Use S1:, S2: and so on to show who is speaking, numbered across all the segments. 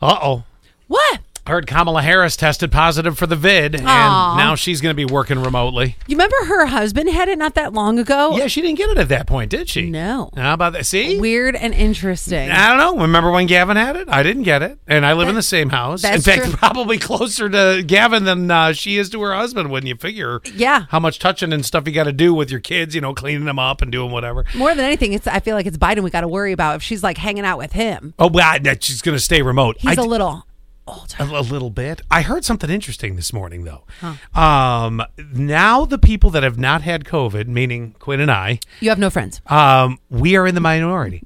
S1: Uh oh.
S2: What?
S1: Heard Kamala Harris tested positive for the vid, and
S2: Aw.
S1: now she's going to be working remotely.
S2: You remember her husband had it not that long ago?
S1: Yeah, she didn't get it at that point, did she?
S2: Oh. No.
S1: How about that? See?
S2: Weird and interesting.
S1: I don't know. Remember when Gavin had it? I didn't get it, and I live in the same house. In
S2: that's
S1: fact,
S2: true.
S1: probably closer to Gavin than uh, she is to her husband. When you figure,
S2: Yeah.
S1: how much touching and stuff you got to do with your kids, you know, cleaning them up and doing whatever.
S2: More than anything, it's I feel like it's Biden we got to worry about if she's like hanging out with him.
S1: Oh, well, I- that she's going to stay remote.
S2: He's
S1: I
S2: a
S1: d-
S2: little older.
S1: a, a little bit. I heard something interesting this morning, though. Um, now the people that have not had COVID, meaning Quinn and I,
S2: You have no friends.
S1: um, we are in the minority.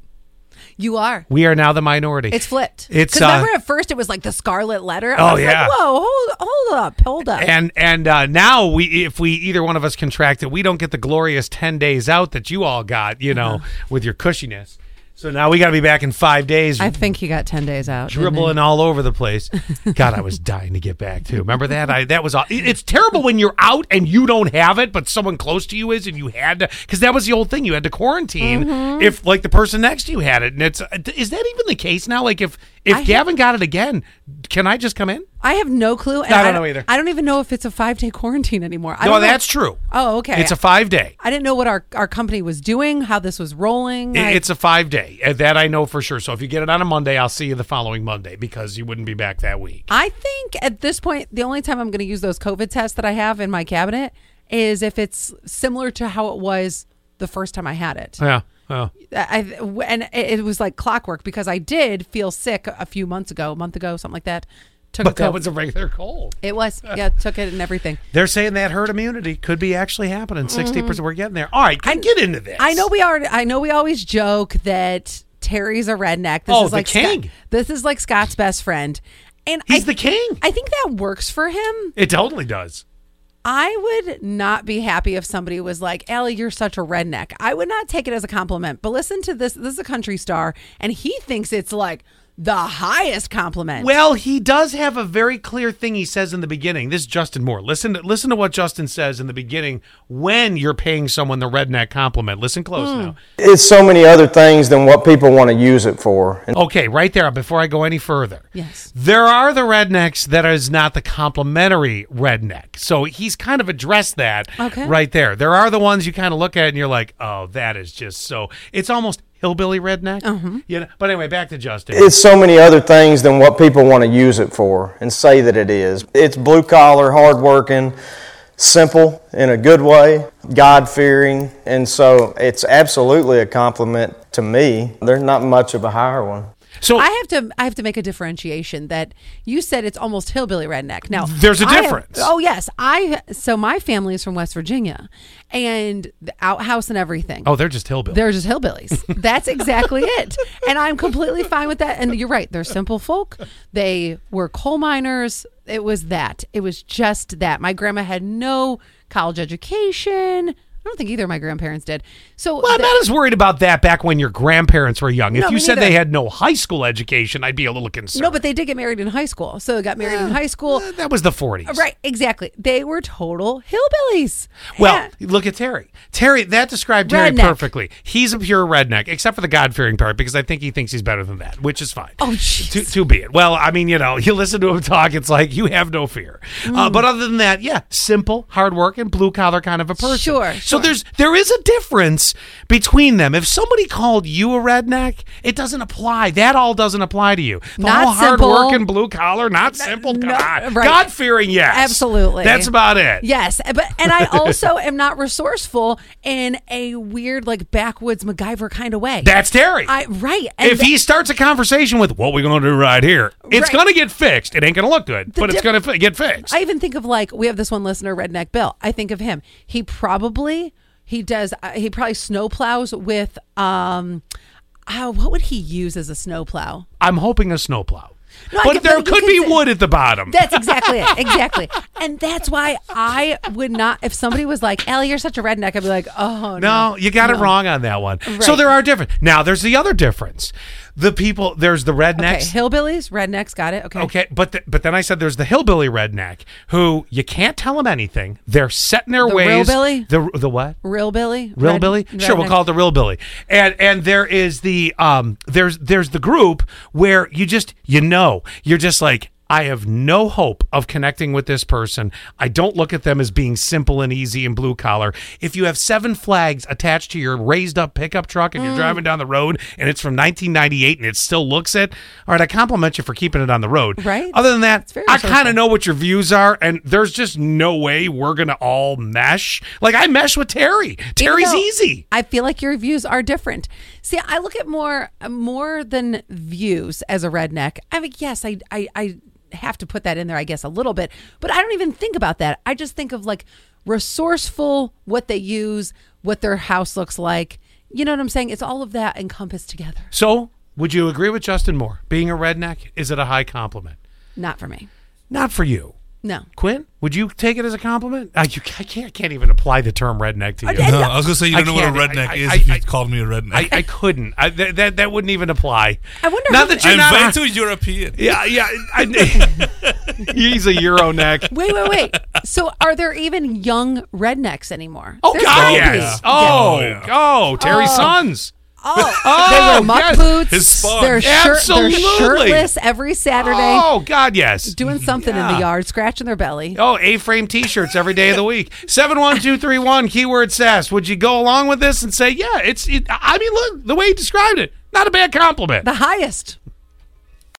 S2: You are.
S1: We are now the minority.
S2: It's flipped.
S1: It's,
S2: 'Cause
S1: uh,
S2: remember at first it was like the scarlet letter. I
S1: Oh,
S2: was
S1: yeah.
S2: Like, Whoa, hold, hold up, hold up.
S1: and and uh, now we if we either one of us contract it, we don't get the glorious ten days out that you all got, you know,
S2: Uh-huh.
S1: with your cushiness. So now we got to be back in five days,
S2: I think he got ten days out. didn't he?
S1: dribbling all over the place. God, I was dying to get back too. Remember that? I that was all. it- It's terrible when you're out and you don't have it, but someone close to you is, and you had to because that was the old thing. You had to quarantine
S2: Mm-hmm.
S1: if like the person next to you had it, and it's uh, is that even the case now? Like if if
S2: I-
S1: Gavin got it again, can I just come in?
S2: I have no clue. And
S1: I don't know either.
S2: I don't even know if it's a five day quarantine anymore. I
S1: No,
S2: don't know-
S1: that's true.
S2: Oh, okay.
S1: It's a five day.
S2: I didn't know what our, our company was doing, how this was rolling.
S1: I-
S2: I-
S1: It's a five day. Uh, That I know for sure. So if you get it on a Monday, I'll see you the following Monday because you wouldn't be back that week.
S2: I think at this point, the only time I'm going to use those COVID tests that I have in my cabinet is if it's similar to how it was the first time I had it.
S1: Yeah. yeah.
S2: I, I- and it it was like clockwork because I did feel sick a few months ago, a month ago, something like that. Took
S1: But
S2: a
S1: that
S2: COVID.
S1: was a regular cold.
S2: it was yeah, took it and everything.
S1: They're saying that herd immunity could be actually happening. 60 percent. We're getting there. All right, can get into this.
S2: Mm-hmm. I know we are. I know we always joke that Terry's a redneck. This
S1: Oh,
S2: is
S1: the
S2: like Scott-
S1: king.
S2: this is like Scott's best friend, and
S1: He's
S2: I,
S1: the king.
S2: I think that works for him.
S1: it totally does.
S2: I would not be happy if somebody was like, "Ellie, you're such a redneck." I would not take it as a compliment. But listen to this. This is a country star, and he thinks it's like the highest compliment.
S1: Well, he does have a very clear thing he says in the beginning. This is Justin Moore. Listen to, listen to what Justin says in the beginning when you're paying someone the redneck compliment. Listen close
S2: Hmm.
S1: now.
S3: It's so many other things than what people want to use it for. And
S1: Okay, right there. Before I go any further,
S2: Yes.
S1: there are the rednecks that is not the complimentary redneck. So he's kind of addressed that
S2: Okay.
S1: right there. There are the ones you kind of look at and you're like, oh, that is just so. It's almost hillbilly redneck.
S2: Uh-huh.
S1: Mm-hmm. You know? But anyway, back to Justin.
S3: it's so many other things than what people want to use it for and say that it is. It's blue collar, hardworking, simple in a good way, God fearing. And so it's absolutely a compliment to me. There's not much of a higher one.
S1: so
S2: I have to I have to make a differentiation that you said it's almost hillbilly redneck. Now
S1: There's a
S2: I have-
S1: difference.
S2: oh yes, I so my family is from West Virginia, and the outhouse and everything.
S1: oh, they're just hillbilly.
S2: They're just hillbillies. That's exactly it. And I'm completely fine with that. And you're right. They're simple folk. They were coal miners. It was that. It was just that. My grandma had no college education. I don't think either of my grandparents did. So
S1: well, I'm
S2: the-
S1: not as worried about that back when your grandparents were young. If
S2: No,
S1: you
S2: me
S1: said
S2: neither.
S1: they had no high school education, I'd be a little concerned.
S2: no, but they did get married in high school. So they got married in high school.
S1: that was the 40s.
S2: Right, exactly. They were total hillbillies.
S1: Well,
S2: Yeah.
S1: look at Terry. Terry, that described Terry
S2: Redneck.
S1: perfectly. He's a pure redneck, except for the God fearing part, because I think he thinks he's better than that, which is fine.
S2: Oh, jeez.
S1: To, to be it. Well, I mean, you know, you listen to him talk, it's like you have no fear.
S2: Mm.
S1: Uh, but other than that, yeah, simple, hardworking, blue collar kind of a person.
S2: Sure,
S1: So
S2: sure.
S1: there's there is a difference between them. If somebody called you a redneck, it doesn't apply. That all doesn't apply to you. The
S2: Not
S1: whole
S2: simple.
S1: hardworking, blue collar, not simple.
S2: no,
S1: God,
S2: right.
S1: God fearing, yes,
S2: Absolutely.
S1: That's about it.
S2: yes, but and I also am not resourceful in a weird like backwoods MacGyver kind of way.
S1: That's Terry.
S2: I right. And
S1: if he starts a conversation with what we going to do right here, it's
S2: Right.
S1: going to get fixed. It ain't going to look good, but it's
S2: diff-
S1: going to fi- get fixed.
S2: I even think of like we have this one listener, Redneck Bill. I think of him. He probably he does uh, he probably snowplows with um oh, what would he use as a snowplow?
S1: I'm hoping a snowplow,
S2: No, I
S1: but
S2: get-
S1: there
S2: but you
S1: could
S2: can
S1: be
S2: say-
S1: wood at the bottom.
S2: That's exactly it. Exactly. And that's why I would not, if somebody was like, Ellie, you're such a redneck, I'd be like, oh, no.
S1: No, you got it wrong on that one. So
S2: Right.
S1: there are different. Now there's the other difference. The people there's the
S2: Okay,
S1: rednecks.
S2: hillbillies, rednecks, got it. Okay.
S1: Okay, but th- but then I said there's the hillbilly redneck who you can't tell them anything. They're set in their
S2: The real
S1: ways.
S2: Billy?
S1: The the what?
S2: Real Billy?
S1: Real
S2: red-
S1: Billy? Sure, we'll
S2: redneck.
S1: call it the real Billy. And and there is the um there's there's the group where you just you know you're just like. I have no hope of connecting with this person. I don't look at them as being simple and easy and blue collar. If you have seven flags attached to your raised up pickup truck and
S2: Mm.
S1: you're driving down the road and it's from 1998 and it still looks it, all right, I compliment you for keeping it on the road.
S2: Right.
S1: Other than that,
S2: very
S1: I kind
S2: social.
S1: of know what your views are, and there's just no way we're going to all mesh. Like, I mesh with Terry.
S2: even
S1: Terry's
S2: though
S1: easy.
S2: I feel like your views are different. See, I look at more more than views as a redneck. I mean, yes, I I, I have to put that in there, I guess, a little bit, but I don't even think about that. I just think of like resourceful, what they use, what their house looks like. You know what I'm saying? It's all of that encompassed together.
S1: So, would you agree with Justin Moore? Being a redneck, is it a high compliment?
S2: Not for me.
S1: Not for you.
S2: No.
S1: Quinn, would you take it as a compliment? I, you, I, can't, I can't even apply the term redneck to you.
S2: I-
S4: No, I was gonna say you
S1: I
S4: don't know what a
S1: can't.
S4: redneck
S1: I-
S4: is
S1: I-
S4: if you
S1: I-
S4: called me a redneck.
S1: I, I couldn't. I, that, that that wouldn't even apply.
S2: I wonder
S1: Not
S2: who-
S1: that you're
S4: I'm
S1: not.
S4: very too European.
S1: yeah, yeah. I, he's a Euro neck.
S2: Wait, wait, wait. so are there even young rednecks anymore?
S1: Oh
S2: There's
S1: God,
S2: gotta be.
S1: yes. Oh,
S4: Oh, yeah.
S1: oh, Terry's sons.
S2: Oh,
S1: Oh,
S2: they wear muck
S1: yes.
S2: boots.
S4: His spawn.
S2: They're, shirt, they're
S1: Absolutely.
S2: shirtless every Saturday,
S1: Oh God, yes.
S2: doing something in
S1: Yeah.
S2: the yard, scratching their belly.
S1: Oh, A-frame T-shirts every day of the week. Seven one two three one keyword sass. Would you go along with this and say, yeah, it's? It, I mean, look the way he described it. Not a bad compliment.
S2: The highest.